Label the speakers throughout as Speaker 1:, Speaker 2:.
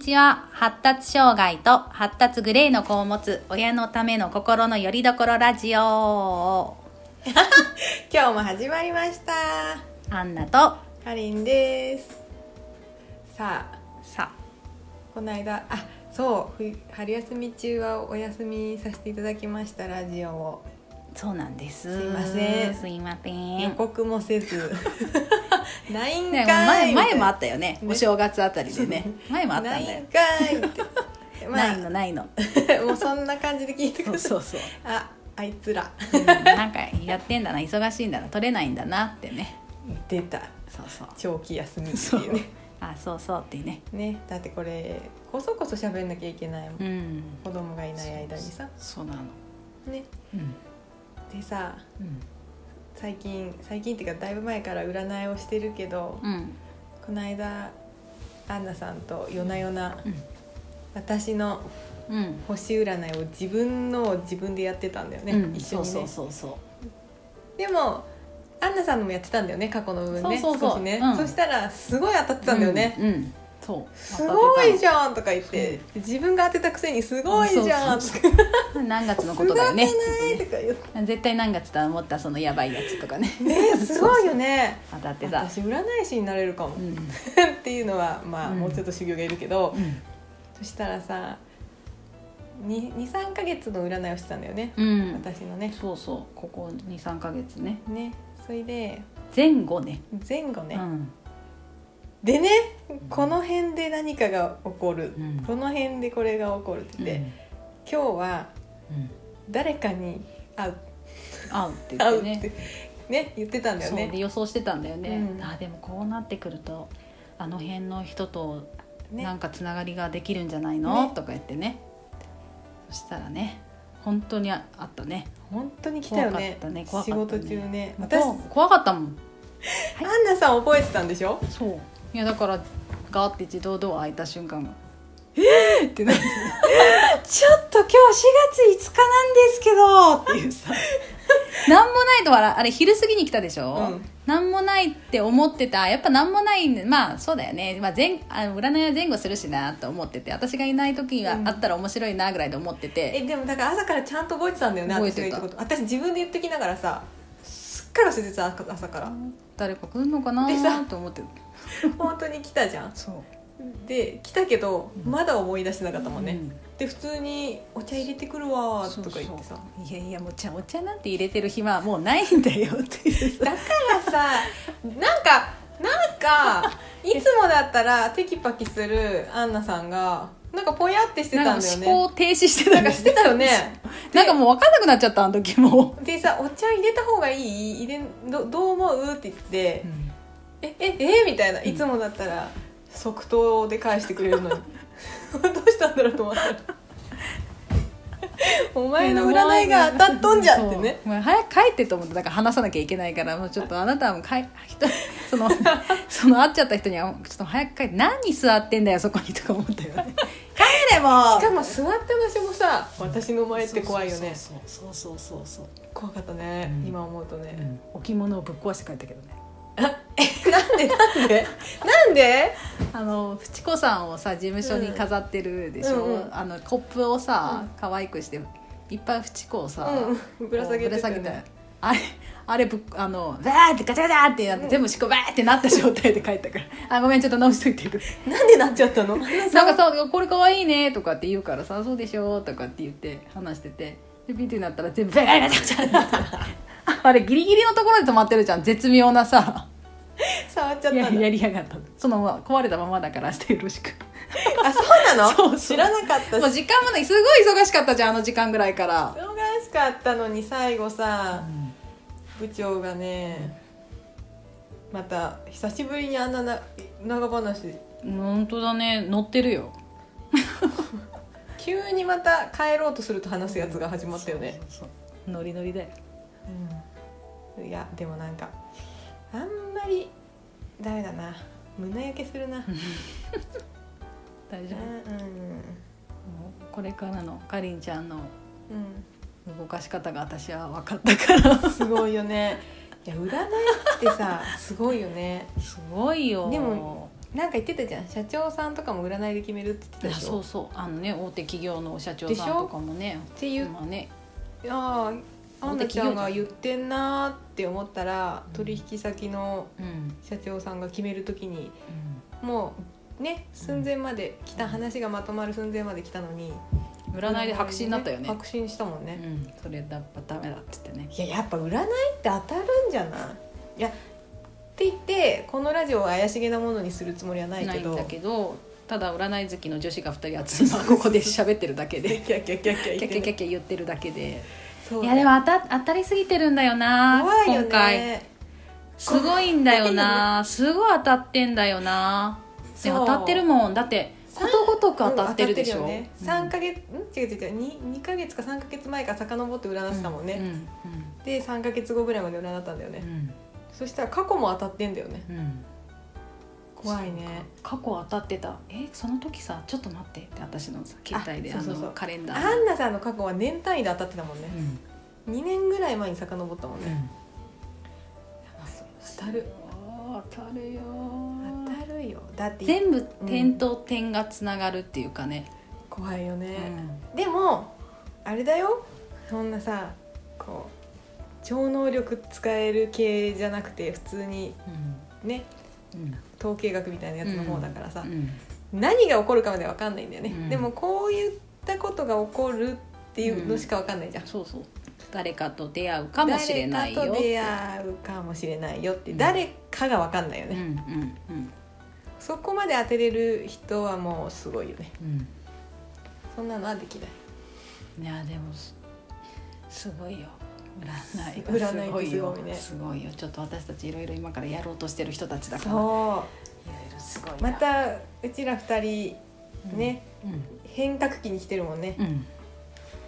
Speaker 1: ちは発達障害と発達グレーの子を持つ親のための心のよりどころラジオ
Speaker 2: 今日も始まりました
Speaker 1: アンナと
Speaker 2: かりんですさあ
Speaker 1: さ
Speaker 2: この間あそう冬春休み中はお休みさせていただきましたラジオを
Speaker 1: そうなんです
Speaker 2: すいません
Speaker 1: すいませ
Speaker 2: 予
Speaker 1: ん
Speaker 2: 告もせ ずないんか
Speaker 1: ね前
Speaker 2: い
Speaker 1: 前もあ
Speaker 2: あ
Speaker 1: ったよね
Speaker 2: ね
Speaker 1: お正月あたりでね前もあった
Speaker 2: ない
Speaker 1: ん
Speaker 2: んか
Speaker 1: だよ
Speaker 2: いって
Speaker 1: な
Speaker 2: ま
Speaker 1: いの ないの
Speaker 2: あもうそんな感じで聞いてく
Speaker 1: そ
Speaker 2: だ
Speaker 1: う
Speaker 2: さ
Speaker 1: そうそ
Speaker 2: い
Speaker 1: う、
Speaker 2: ああいつら
Speaker 1: うんなんかやってんだな忙しいんだな取れないんだなってね
Speaker 2: 出た
Speaker 1: そうそう
Speaker 2: 長期休みって
Speaker 1: そう
Speaker 2: いうね
Speaker 1: あそうそうってね
Speaker 2: ねだってこれこそこそ喋んなきゃいけないもん、
Speaker 1: うん
Speaker 2: 子供がいない間にさ
Speaker 1: そうなの
Speaker 2: ね
Speaker 1: うん
Speaker 2: でさ
Speaker 1: うん
Speaker 2: 最近最近っていうかだいぶ前から占いをしてるけど、
Speaker 1: うん
Speaker 2: この間アンナさんと夜な夜な
Speaker 1: うん
Speaker 2: 私の
Speaker 1: うん
Speaker 2: 星占いを自分のを自分でやってたんだよね、
Speaker 1: うん、
Speaker 2: 一緒
Speaker 1: そ
Speaker 2: にね
Speaker 1: うそうそうそ
Speaker 2: でもアンナさんのもやってたんだよね過去の分ね
Speaker 1: そうそうそう
Speaker 2: 少しね、
Speaker 1: うん
Speaker 2: そしたらすごい当たって
Speaker 1: う
Speaker 2: たんだよね、
Speaker 1: うん、うんそう
Speaker 2: すごいじ
Speaker 1: ゃ
Speaker 2: ゃんとか言って自分が当てたくせにすごいじゃんと
Speaker 1: そ
Speaker 2: か
Speaker 1: う ん何月のことだよね
Speaker 2: すごいとか言っ
Speaker 1: 絶対何月だと思ったそのやばいやつとかね
Speaker 2: てねすごいよ ね
Speaker 1: 当たってた
Speaker 2: 私占い師になれるかも、
Speaker 1: うん、
Speaker 2: っていうのはまあ、
Speaker 1: うん
Speaker 2: もうちょっと修行がいるけど、
Speaker 1: うん
Speaker 2: そしたらさ23ヶ月の占いをしてたんだよね、
Speaker 1: うん、
Speaker 2: 私のね
Speaker 1: そうそうここ23か月ね
Speaker 2: ねそれで
Speaker 1: 前後ね
Speaker 2: 前後ね、
Speaker 1: うん
Speaker 2: でねこの辺で何かが起こる、
Speaker 1: うん
Speaker 2: この辺でこれが起こるって言って、今日は
Speaker 1: うんうん
Speaker 2: 誰かに会う
Speaker 1: 合うって言
Speaker 2: 会
Speaker 1: って
Speaker 2: うっ
Speaker 1: ね
Speaker 2: てね言ってたんだよ
Speaker 1: そうで
Speaker 2: ね
Speaker 1: 予想してたんだよね、
Speaker 2: うん
Speaker 1: あでもこうなってくるとあの辺の人とな
Speaker 2: ね
Speaker 1: んかつながりができるんじゃないの、
Speaker 2: ね
Speaker 1: とか言ってねそしたらね本当にああったね
Speaker 2: 本当に来たよね
Speaker 1: 怖かったね怖か
Speaker 2: 仕
Speaker 1: ったね
Speaker 2: 事中ね
Speaker 1: 私
Speaker 2: 私アン
Speaker 1: 怖かったもん
Speaker 2: ナさん覚えてたんでしょ
Speaker 1: そういやだからガーって自動ドア開いた瞬間がえ ー、って なってちょっと今日4月5日なんですけどっていうさなんもないと笑うあれ昼過ぎに来たでしょ、
Speaker 2: うん
Speaker 1: なんもないって思ってたやっぱなんもないんでまあそうだよね、まあ、前あ占いは前後するしなと思ってて私がいない時は
Speaker 2: うん
Speaker 1: あったら面白いなぐらいで思ってて、
Speaker 2: えでもだから朝からちゃんと覚えてたんだよね
Speaker 1: 覚え
Speaker 2: 私
Speaker 1: て
Speaker 2: が
Speaker 1: た
Speaker 2: 言ったこと私自分で言ってきながらさすっから忘れてた朝朝から
Speaker 1: 誰か来るのかな
Speaker 2: でさ
Speaker 1: と思って
Speaker 2: 本当に来たじゃん
Speaker 1: そう
Speaker 2: で来たけどまだ思い出してなかったもんね、
Speaker 1: うん
Speaker 2: で普通に「お茶入れてくるわ」とか言ってさ
Speaker 1: そうそういやいやもう茶お茶なんて入れてる暇はもうないんだよって いう
Speaker 2: だからさなんかな んかいつもだったらテキパキするアンナさんがなんかぽやってしてたんだよ
Speaker 1: なん
Speaker 2: ね
Speaker 1: か思考停止してた
Speaker 2: なんかしてたよね
Speaker 1: なんかもう分かんなくなっちゃったあの時も、
Speaker 2: でさ「お茶入れた方がいい入れんどどう思う?」って言って「えええみたいないつもだったら即答で返してくれるのに どうしたんだろうと思ったら 「お前の占いが当たっとんじゃ」ってね
Speaker 1: そうもう早く帰ってと思ってだから話さなきゃいけないからもうちょっとあなたはもう帰人その その会っちゃった人にはちょっと早く帰って何座ってんだよそこにとか思ったよ ね帰れも
Speaker 2: しかも座った場所もさ私の前って怖いよね
Speaker 1: そうそうそうそうそうそう
Speaker 2: 怖かったね、
Speaker 1: うん
Speaker 2: 今思うとね、
Speaker 1: 置物をぶっ壊して帰ったけどね
Speaker 2: なんでなんでなんで
Speaker 1: あのフチコさんをさ事務所に飾ってるでしょ、
Speaker 2: うんうんうん
Speaker 1: あのコップをさ可愛くしていっぱいフチコをさ、こ
Speaker 2: うん
Speaker 1: う
Speaker 2: ぶら下げてたよ
Speaker 1: ぶら下げ
Speaker 2: ね
Speaker 1: てあれあれぶっあのバーってガチャガチャってなって、全部しこバーってなった状態で帰ったから「あごめんちょっと直しといて」
Speaker 2: なんでなっちゃった の
Speaker 1: なんかさ「これ可愛いね」とかって言うからさ「そうでしょ」とかって言って話しててでビーってなったら全部バーガチャガチャガチャってなってあれギリギリのところで止まってるじゃん絶妙なさ
Speaker 2: 触っちゃっ
Speaker 1: や
Speaker 2: たんだ
Speaker 1: やりやがったそのまま壊れたままだからしてよろしく。
Speaker 2: あそうなの
Speaker 1: そうそう
Speaker 2: 知らなかったし
Speaker 1: もう時間もないすごい忙しかったじゃんあの時間ぐらいから、
Speaker 2: 忙しかったのに最後さ、部長がねまた久しぶりにあんなな長話
Speaker 1: 本当だね乗ってるよ
Speaker 2: 急にまた帰ろうとすると話すやつが始まったよね、
Speaker 1: そうそうそうノリノリだよ
Speaker 2: うんいやでもなんかあんまりダメだな胸焼けするな
Speaker 1: 大
Speaker 2: う
Speaker 1: 丈
Speaker 2: ん
Speaker 1: 夫、もうこれからのかりんちゃんの
Speaker 2: うんうん
Speaker 1: 動かし方が私は分かったから
Speaker 2: すごいよねいや占いってさすごいよね
Speaker 1: すごいよ
Speaker 2: でもなんか言ってたじゃん社長さんとかも占いで決めるって言って
Speaker 1: い
Speaker 2: た
Speaker 1: や
Speaker 2: でしょ
Speaker 1: そう
Speaker 2: っ
Speaker 1: そうあのね大手企業の社長さんとかもね
Speaker 2: て言っ
Speaker 1: 今ね
Speaker 2: ああアンナちゃんが言ってんなーって思ったら
Speaker 1: うん
Speaker 2: 取引先の
Speaker 1: うん、
Speaker 2: 社長さんが決めるときに
Speaker 1: うん
Speaker 2: もうね寸前まで来た話がまとまる寸前まで来たのに
Speaker 1: 占いで白紙になったよね
Speaker 2: 白紙したもんね、
Speaker 1: うん、それだっぱダメだって言ってね
Speaker 2: いややっぱ占いって当たるんじゃないいやって言ってこのラジオを怪しげなものにするつもりはない
Speaker 1: な
Speaker 2: け
Speaker 1: いん
Speaker 2: ど
Speaker 1: だけどただ占い好きの女子が2人集ま ってここで喋ってるだけで
Speaker 2: キャッキャッキャッキャ
Speaker 1: キャッ
Speaker 2: 言っ
Speaker 1: キャッ
Speaker 2: て
Speaker 1: キャ
Speaker 2: ね
Speaker 1: ッキャ言ってるだけで
Speaker 2: そう
Speaker 1: いやでも当た当たりすぎてるんだよな
Speaker 2: 怖いよ
Speaker 1: 今回
Speaker 2: ね
Speaker 1: すごいんだよなすごい当たってんだよな、ね、
Speaker 2: そ
Speaker 1: 当
Speaker 2: う
Speaker 1: たってるもんだってことごとく当たってるでしょ、
Speaker 2: うん当たってるよね3ヶ月ん違う違う違う 2, 2ヶ月か3ヶ月前から遡って占ってたもん
Speaker 1: うん
Speaker 2: ね、で3ヶ月後ぐらいまで占ったんだよね、
Speaker 1: うんうん
Speaker 2: そしたら過去も当たってんだよね
Speaker 1: うんうん
Speaker 2: 怖いね
Speaker 1: 過去当たってたえその時さちょっと待ってって私のさ携帯で
Speaker 2: あ
Speaker 1: あ
Speaker 2: そうそうそう
Speaker 1: のカレンダー
Speaker 2: アンナさんの過去は年単位で当たってたもんね
Speaker 1: う、ん
Speaker 2: 2年ぐらい前に遡ったもん
Speaker 1: う
Speaker 2: ね、
Speaker 1: ん
Speaker 2: 当たる
Speaker 1: あー当たるよー
Speaker 2: 当たるよだって
Speaker 1: 全部点と点がつながるっていうかね、
Speaker 2: 怖いよ
Speaker 1: う
Speaker 2: ね、
Speaker 1: ん
Speaker 2: でもあれだよそんなさこう超能力使える系じゃなくて普通にね
Speaker 1: うん
Speaker 2: 統計学みたいなやつの方だからさ、
Speaker 1: うん
Speaker 2: 何が起こるかまでわかんないんだよね、
Speaker 1: うん
Speaker 2: でもこういったことが起こるっていうのしかわかんないじゃん、
Speaker 1: そうそう誰かと出会うかもしれないよ
Speaker 2: 誰かと出会うかもしれないよって、誰かがわかんないよ
Speaker 1: うんう
Speaker 2: ね、
Speaker 1: んうん
Speaker 2: そこまで当てれる人はもうすごいよね
Speaker 1: うん
Speaker 2: そんなのはできない
Speaker 1: いやでもすすごいよ占い
Speaker 2: す
Speaker 1: すご
Speaker 2: 占い
Speaker 1: いよ
Speaker 2: ってすごいね
Speaker 1: すごいよちょっと私たちいろいろ今からやろうとしてる人たちだからいろ
Speaker 2: そ
Speaker 1: いろすごいな
Speaker 2: うまたうちら二人ね、
Speaker 1: うん
Speaker 2: 変革期に来てるもんね、
Speaker 1: うん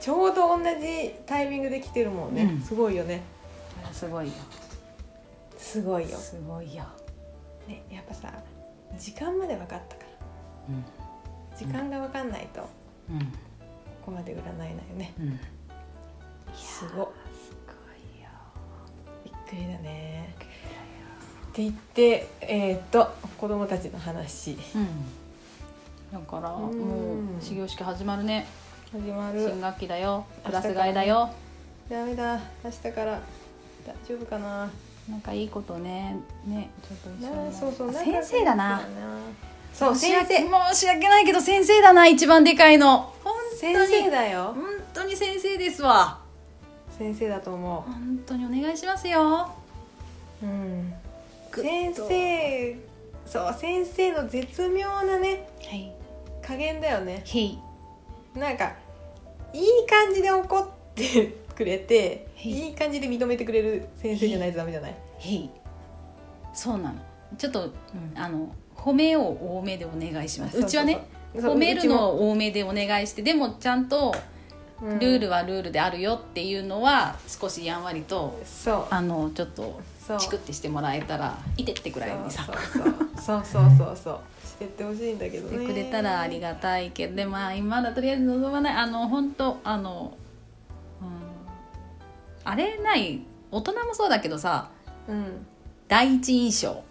Speaker 2: ちょうど同じタイミングで来てるもんね、
Speaker 1: うん
Speaker 2: すごいよね
Speaker 1: そりゃすごいよ
Speaker 2: すごいよ、
Speaker 1: すごいよ、
Speaker 2: ね、やっぱさ時間まで分かったから
Speaker 1: うん
Speaker 2: 時間が分かんないとこ
Speaker 1: うん
Speaker 2: こまで占えないよね
Speaker 1: うん、
Speaker 2: すごい
Speaker 1: すごいよ
Speaker 2: びっくりだねって言ってえっ、と子供たちの話
Speaker 1: だから
Speaker 2: うん
Speaker 1: もう始業式始まるね
Speaker 2: 始まる
Speaker 1: 新学期だよクラス替えだよ
Speaker 2: ダメだ明日から大丈夫かな
Speaker 1: なんかいいことねねちょっと一緒に
Speaker 2: なそうそうなんか
Speaker 1: 先生だな
Speaker 2: そう
Speaker 1: 申し
Speaker 2: 先
Speaker 1: 訳
Speaker 2: 生
Speaker 1: 申し訳ないけど先生だな一番でかいの本
Speaker 2: 先
Speaker 1: 当
Speaker 2: 生
Speaker 1: に
Speaker 2: だよ
Speaker 1: 本当に先生ですわ
Speaker 2: 先生だと思
Speaker 1: 本当にお願いしますよ
Speaker 2: う、うん、
Speaker 1: グ
Speaker 2: 先
Speaker 1: ッと
Speaker 2: 生そう先生の絶妙なね
Speaker 1: はい
Speaker 2: 加減だよね
Speaker 1: へい
Speaker 2: なんかいい感じで怒ってくれて
Speaker 1: はい
Speaker 2: いい感じで認めてくれる先生じゃないとダメじゃない
Speaker 1: へいそうなのちょっと、うんあの褒めを多めでお願いしますうちはね
Speaker 2: そうそうそう
Speaker 1: 褒めるのを多めでお願いしてでもちゃんと
Speaker 2: うん
Speaker 1: ルールはルールであるよっていうのは少しやんわりと
Speaker 2: そう
Speaker 1: あのちょっと
Speaker 2: そう
Speaker 1: チクってしてもらえたらいてってくらいにさ
Speaker 2: そうそうそうそうそうそうしてってほしいんだけど
Speaker 1: して
Speaker 2: ね
Speaker 1: くれたらありがたいけどでまあ今だとりあえず望まないあの本当あの、うん、あれない大人もそうだけどさ
Speaker 2: うん
Speaker 1: 第一印象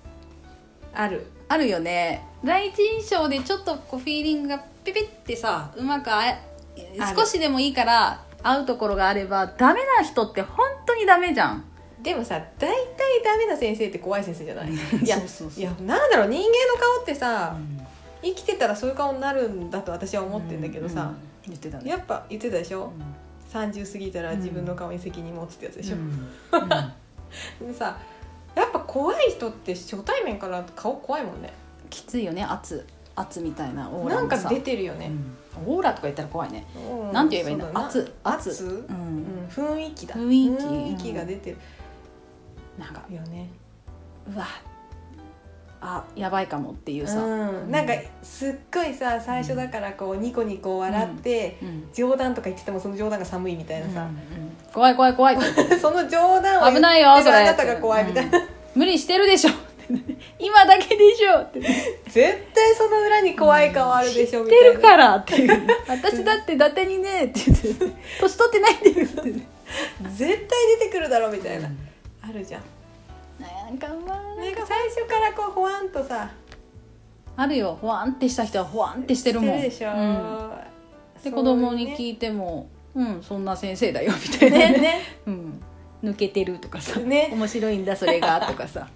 Speaker 2: ある
Speaker 1: あるよね第一印象でちょっとこうフィーリングがピピってさうまくあ
Speaker 2: ある
Speaker 1: 少しでもいいから合うところがあればダメな人って本当にダメじゃん
Speaker 2: でもさ大体ダメな先生って怖い先生じゃないいや
Speaker 1: そうそうそう
Speaker 2: いやなんだろう人間の顔ってさ、生きてたらそういう顔になるんだと私は思ってんだけど
Speaker 1: う
Speaker 2: さ
Speaker 1: ん、言ってたね
Speaker 2: やっぱ言ってたでし
Speaker 1: う
Speaker 2: ょ、
Speaker 1: ん
Speaker 2: 30過ぎたら自分の顔に責任持つってやつでしょ、
Speaker 1: うん
Speaker 2: でさやっぱ怖い人って初対面から顔怖いもんね
Speaker 1: きついよね圧圧みたいなオーラ
Speaker 2: なん
Speaker 1: もさ
Speaker 2: か出てるよね、
Speaker 1: うんオーラとか言ったら怖いね、
Speaker 2: う
Speaker 1: なんて言えばいいんだ
Speaker 2: そう
Speaker 1: 圧圧
Speaker 2: 圧
Speaker 1: う、
Speaker 2: うんん、雰囲気だ
Speaker 1: 雰囲気
Speaker 2: 雰囲気が出てる
Speaker 1: なんか
Speaker 2: よね、
Speaker 1: うわあやばいかもっていううんさ、ん
Speaker 2: なんかすっごいさ最初だからこうニコニコ笑って、
Speaker 1: うん
Speaker 2: 冗談とか言っててもその冗談が寒いみたいなさ、
Speaker 1: うん怖い怖い怖いって
Speaker 2: その冗談を
Speaker 1: 危ないよ
Speaker 2: 言っ
Speaker 1: そ
Speaker 2: て
Speaker 1: れ
Speaker 2: るあなたが怖いみたいな、
Speaker 1: うん無理してるでしょ 今だけでしょって言っ
Speaker 2: 絶対その裏に怖い顔あるでしょみたいな、
Speaker 1: てるからっていう 私だって伊達にねって言って年取ってないんだよってね
Speaker 2: 絶対出てくるだろみたいな、あるじゃん
Speaker 1: なんかまあ
Speaker 2: なんか最初からこうほわんとさ
Speaker 1: あるよほわんってした人はほわんってしてるもん
Speaker 2: でしょ、
Speaker 1: うん、で子供に
Speaker 2: い
Speaker 1: 聞いても「うんそんな先生だよ」みた
Speaker 2: て
Speaker 1: いな
Speaker 2: ね
Speaker 1: ね
Speaker 2: ね
Speaker 1: うん、抜けてる」とかさ「
Speaker 2: ね
Speaker 1: 面白いんだそれが」とかさ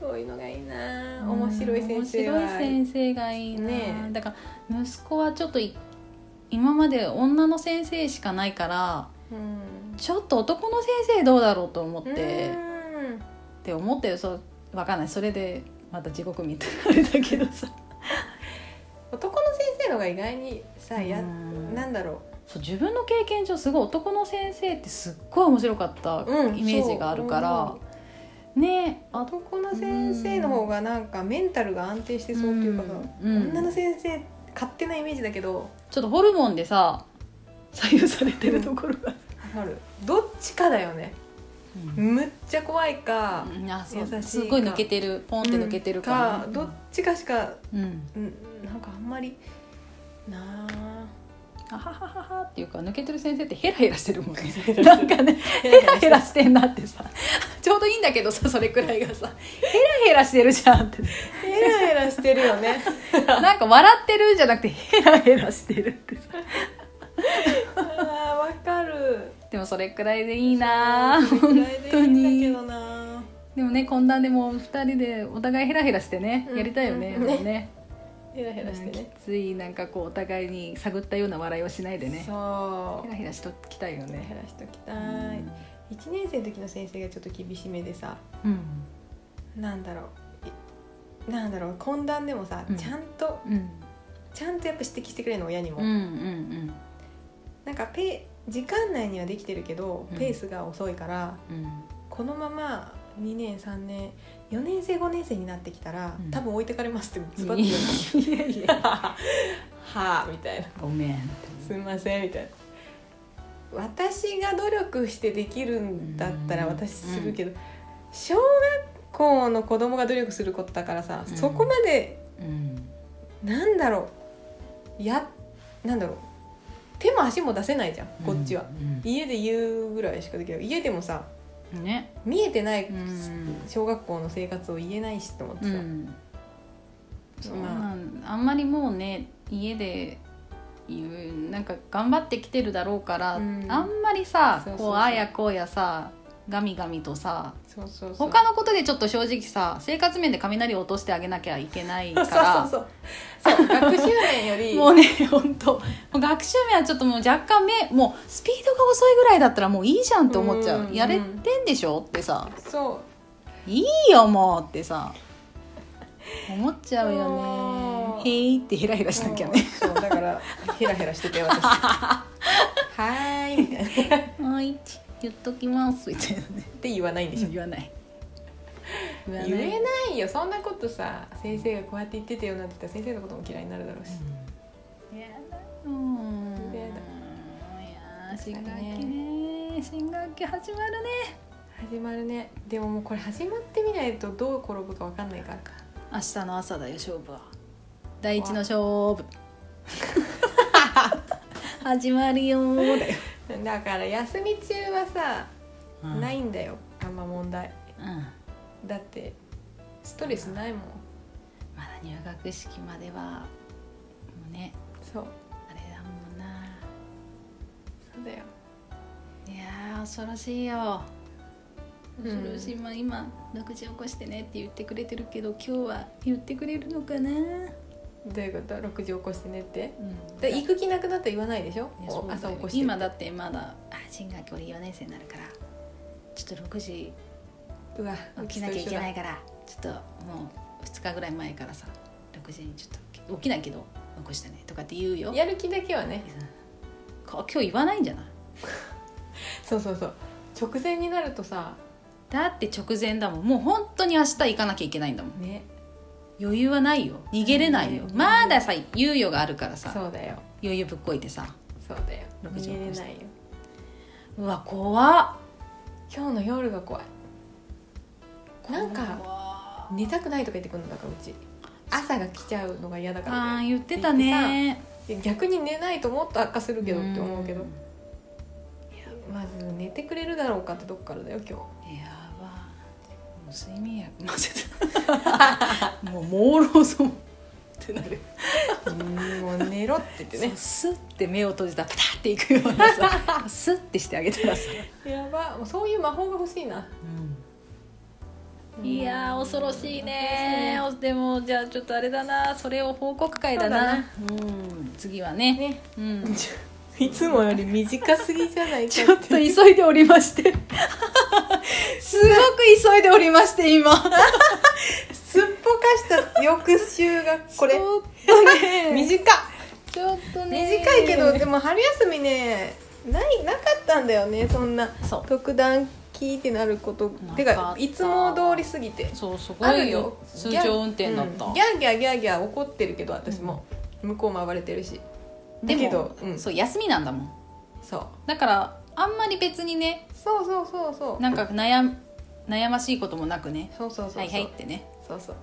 Speaker 2: そういうのがいいな 面白い先生は
Speaker 1: 面白い先生がいいな、
Speaker 2: ね
Speaker 1: だから息子はちょっとい今まで女の先生しかないから
Speaker 2: うん
Speaker 1: ちょっと男の先生どうだろうと思って、
Speaker 2: うん
Speaker 1: って思ったよそうわかんないそれでまた地獄みたいなあれだけど さ
Speaker 2: 男の先生のが意外にさや
Speaker 1: うん
Speaker 2: なんだろ
Speaker 1: そう自分の経験上すごい男の先生ってすっごい面白かった
Speaker 2: う、うん、
Speaker 1: イメージがあるから
Speaker 2: そう、
Speaker 1: ねあと
Speaker 2: 男の先生の方がなんかメンタルが安定してそうっていうかさ、
Speaker 1: うんうん
Speaker 2: 女の先生勝手なイメージだけど
Speaker 1: ちょっとホルモンでさ左右されてるところが、
Speaker 2: あるどっちかだよね
Speaker 1: うん
Speaker 2: むっちゃ怖いか、
Speaker 1: あそう
Speaker 2: 優しいか
Speaker 1: すごい抜けてるポンって抜けてるから,、
Speaker 2: どっちかしか
Speaker 1: うん、
Speaker 2: うんなんかあんまりなあ
Speaker 1: あははははっていうか抜けてる先生ってヘラヘラしてるもんね なんかね ヘラヘラしてんなってさ ちょうどいいんだけどさそれくらいがさヘラヘラしてるじゃん って
Speaker 2: ヘラヘラしてるよね
Speaker 1: なんか笑ってるじゃなくてヘラヘラしてるってさ
Speaker 2: あーわかる
Speaker 1: でもそれくらいでいいなあ
Speaker 2: それ
Speaker 1: 本
Speaker 2: くらいで
Speaker 1: 当
Speaker 2: いいん
Speaker 1: に
Speaker 2: だけどな
Speaker 1: でもね懇談でも2人でお互いヘラヘラしてね
Speaker 2: うん
Speaker 1: やりたいよね,、
Speaker 2: うん
Speaker 1: もうね
Speaker 2: ヘラヘラして
Speaker 1: うん
Speaker 2: ね
Speaker 1: きついなんかこうお互いに探ったような笑いをしないでね
Speaker 2: そ
Speaker 1: ヘ
Speaker 2: う
Speaker 1: ラヘラしときたいよ
Speaker 2: ヘラヘ
Speaker 1: ね
Speaker 2: ラしときたい1年生の時の先生がちょっと厳しめでさ
Speaker 1: うん
Speaker 2: なんだろういなんだろう懇談でもさ、
Speaker 1: うん
Speaker 2: ちゃんと
Speaker 1: うん
Speaker 2: ちゃんとやっぱ指摘してくれるの親にも、
Speaker 1: うんうん
Speaker 2: なんかペ時間内にはできてるけど
Speaker 1: うん
Speaker 2: ペースが遅いから、
Speaker 1: うんうん
Speaker 2: このまま2年3年4年生5年生になってきたら、
Speaker 1: うん
Speaker 2: 多分置いてかれますってズバッと
Speaker 1: い
Speaker 2: 言われた
Speaker 1: やいや
Speaker 2: はあみたいな
Speaker 1: ごめん
Speaker 2: すんませんみたいな私が努力してできるんだったら
Speaker 1: うん
Speaker 2: 私するけど、小学校の子供が努力することだからさ、
Speaker 1: うん
Speaker 2: そこまで
Speaker 1: うん
Speaker 2: なんだろうやなんだろう手も足も出せないじゃんこっちは、家で言うぐらいしかできない家でもさ
Speaker 1: うんね
Speaker 2: 見えてない
Speaker 1: うん
Speaker 2: 小学校の生活を言えないしと思ってさ、
Speaker 1: うんそう
Speaker 2: まあ
Speaker 1: なんあんまりもうね家で言うなんか頑張ってきてるだろうから、
Speaker 2: うん
Speaker 1: あんまりさ
Speaker 2: そうそうそう
Speaker 1: こうあやこうやさガミガミとさ
Speaker 2: そうそうそう
Speaker 1: 他のことでちょっと正直さ生活面で雷を落としてあげなきゃいけないから
Speaker 2: そうそうそうそう学習面より
Speaker 1: もうね本当もう学習面はちょっともう若干目もうスピードが遅いぐらいだったらもういいじゃんと思っちゃう、
Speaker 2: うん
Speaker 1: やれてんでしょってさ
Speaker 2: そう
Speaker 1: いいよもうってさ思っちゃう
Speaker 2: も
Speaker 1: よ
Speaker 2: う
Speaker 1: ねへいってヘラヘラしなきゃね
Speaker 2: そうだからヘラヘラして て私はーいみたいなっ
Speaker 1: はい言っときますみたいなね
Speaker 2: て言わないんでしょ
Speaker 1: 言わない言わ
Speaker 2: 言えないよそんなことさ先生がこうやって言ってたよなんて言ったら先生のことも嫌いになるだろうし、
Speaker 1: やだうん
Speaker 2: やだ
Speaker 1: いやー新学期ね新学期始まるね
Speaker 2: 始まるねでももうこれ始まってみないとどう転ぶか分かんないからか
Speaker 1: 明日の朝だよ勝負は第一の勝負 始まるよーだよ、
Speaker 2: だから休み中はさ、
Speaker 1: うん、
Speaker 2: ないんだよあんま問題
Speaker 1: うんま
Speaker 2: だってストレスないもん
Speaker 1: だ入学式まではもうね
Speaker 2: そう
Speaker 1: あれだもんな
Speaker 2: そうだよ
Speaker 1: いやー恐ろしいよ
Speaker 2: うん
Speaker 1: 恐ろしい、まあ今6時起こしてねって言ってくれてるけど今日は言ってくれるのかな、
Speaker 2: どういうこと6時起こして寝て
Speaker 1: うん
Speaker 2: で行く気なくなったら言わないでしょ
Speaker 1: いやそうだよ
Speaker 2: 朝起こして
Speaker 1: 今だってまだあ新学期俺4年生になるからちょっと6時
Speaker 2: うわ
Speaker 1: 起きなきゃいけない
Speaker 2: い
Speaker 1: からちょっともう2日ぐらい前からさ6時にちょっと起きないけど起こしてねとかって言うよ
Speaker 2: やる気だけはね
Speaker 1: こ今日言わないんじゃない
Speaker 2: そうそうそう直前になるとさ
Speaker 1: だって直前だもんもう本当に明日行かなきゃいけないんだもん
Speaker 2: ね
Speaker 1: 余裕はないよ逃げれないよ
Speaker 2: うん
Speaker 1: まださ猶予があるからさ
Speaker 2: そうだよ
Speaker 1: 余裕ぶっこいてさ
Speaker 2: そうだよ
Speaker 1: 6時
Speaker 2: 逃げ
Speaker 1: 起
Speaker 2: れ
Speaker 1: こして
Speaker 2: ないよ
Speaker 1: うわ怖っ
Speaker 2: 今日の夜が怖いなんか
Speaker 1: か
Speaker 2: 寝たくないとか言ってくるのだからうち朝が来ちゃうのが嫌だから
Speaker 1: あー
Speaker 2: ね
Speaker 1: 言ってたね
Speaker 2: で逆に寝ないともっと悪化するけどって思うけど
Speaker 1: ん
Speaker 2: まず寝てくれるだろうかってとこからだよ今
Speaker 1: やばう睡眠薬混ぜた もう朦朧そうってなる
Speaker 2: うんもう寝ろって言ってね
Speaker 1: そうスッて目を閉じたらパタッていくような さスッてしてあげたらさ、
Speaker 2: やばもうそういう魔法が欲しいな、
Speaker 1: いやー恐ろしいね
Speaker 2: 恐ろし
Speaker 1: でもじゃあちょっとあれだなそれを報告会だなうん次はね
Speaker 2: いね
Speaker 1: うん、
Speaker 2: ちょいつもより短すぎじゃない か
Speaker 1: ちょっと急いでおりまして すごく急いでおりまして 今
Speaker 2: すっぽかした翌週がこれ
Speaker 1: ちょっとね
Speaker 2: 短っ
Speaker 1: ちょっとね
Speaker 2: 短いけどでも春休みねないなかったんだよねそんな
Speaker 1: そう
Speaker 2: 特段聞いてなること
Speaker 1: かった
Speaker 2: てかいつも通り過ぎて
Speaker 1: そうすご
Speaker 2: あ
Speaker 1: い
Speaker 2: る
Speaker 1: よ
Speaker 2: よ
Speaker 1: 通常運転だった、
Speaker 2: うんギャーギャーギャーギャー怒ってるけど私も、向こうも暴れてるし
Speaker 1: でも
Speaker 2: だけど、うん、そ
Speaker 1: そう休みなんだもん
Speaker 2: う
Speaker 1: だからあんまり別にね
Speaker 2: そうそうそうそう
Speaker 1: なんか悩む悩ましいこともなくね
Speaker 2: そうそうそうそう、
Speaker 1: はいはいってね
Speaker 2: そうそう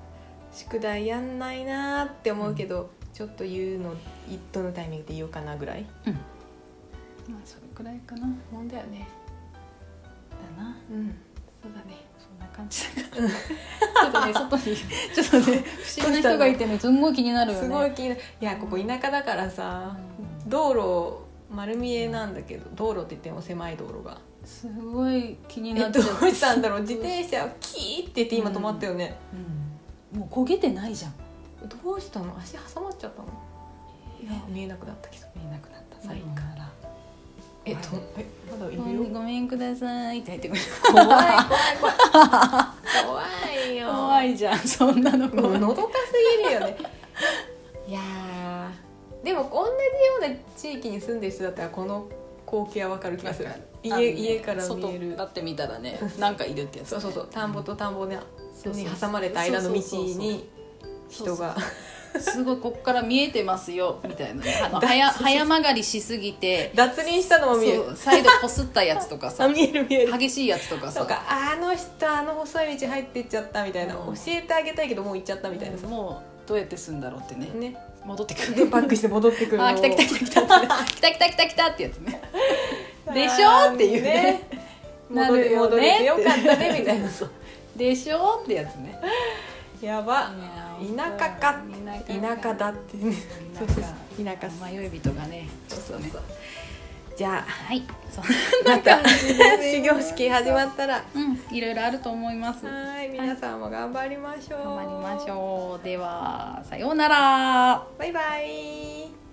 Speaker 2: 宿題やんないなーって思うけど、ちょっと言うのいどのタイミングで言おうかなぐらい
Speaker 1: まあそれくらいかな
Speaker 2: もんだよね
Speaker 1: だな
Speaker 2: うんそうだね
Speaker 1: そんな感じだからちょっとね外に ちょっとね不思議な人がいてねすんごい気になるよね
Speaker 2: すごい気になるいやここ田舎だからさ道路丸見えなんだけど道路って言っても狭い道路が
Speaker 1: すごい気に
Speaker 2: え
Speaker 1: なっち
Speaker 2: ど
Speaker 1: ゃ
Speaker 2: う
Speaker 1: って
Speaker 2: したんだろう自転車キーって言って今止まったよね、
Speaker 1: うんもう焦げてないじゃん
Speaker 2: どうしたの足挟まっちゃったのいや見えなくなったけど
Speaker 1: 見えなくなった
Speaker 2: 最
Speaker 1: 最
Speaker 2: 後
Speaker 1: 後
Speaker 2: か
Speaker 1: から
Speaker 2: えとえまだいる
Speaker 1: ご
Speaker 2: よ
Speaker 1: めんごめんくださいって入ってくる
Speaker 2: 怖い怖い怖い怖いよ
Speaker 1: 怖いじゃんそんなの
Speaker 2: も
Speaker 1: 怖
Speaker 2: う
Speaker 1: い
Speaker 2: のどかすぎるよねいやーでも同じような地域に住んでる人だったらこの光景はわかる気がする家,、家から見え
Speaker 1: 外
Speaker 2: る
Speaker 1: だって見たらね なんかいるってやつ
Speaker 2: そうそうそう田んぼと田んぼね
Speaker 1: そうそう
Speaker 2: に挟まれた間の道に
Speaker 1: そうそうそう
Speaker 2: 人が
Speaker 1: すごいここから見えてますよみたいな ねあの早早曲がりしすぎて
Speaker 2: 脱輪したのも見える
Speaker 1: そうサイドこすったやつとか
Speaker 2: あ
Speaker 1: さ
Speaker 2: 見える見える
Speaker 1: 激しいやつとかさ
Speaker 2: そうかあの人あの細い道入ってっちゃったみたいな、
Speaker 1: うん
Speaker 2: 教えてあげたいけどもう行っちゃったみたいなさ、
Speaker 1: もうどうやってすんだろうってね
Speaker 2: ね
Speaker 1: 戻ってく
Speaker 2: で
Speaker 1: る
Speaker 2: バックして戻ってくるの
Speaker 1: あ来た来た来た来た来た来た来た来たってやつねでしょっていうねな
Speaker 2: 戻
Speaker 1: る
Speaker 2: れ
Speaker 1: よね
Speaker 2: 戻れてよかったねみたいな
Speaker 1: そう でしょってやつね
Speaker 2: やば 田舎か田舎だってね
Speaker 1: 田舎
Speaker 2: 田舎っす
Speaker 1: 迷い人がねちょっとね
Speaker 2: じゃ
Speaker 1: はいそん
Speaker 2: あま
Speaker 1: な
Speaker 2: た
Speaker 1: 感じで
Speaker 2: 始業式始まったらは
Speaker 1: うんいろいろあると思います頑
Speaker 2: ーい皆さんも頑張りましょう
Speaker 1: 張りましょうではさようなら
Speaker 2: バイバイ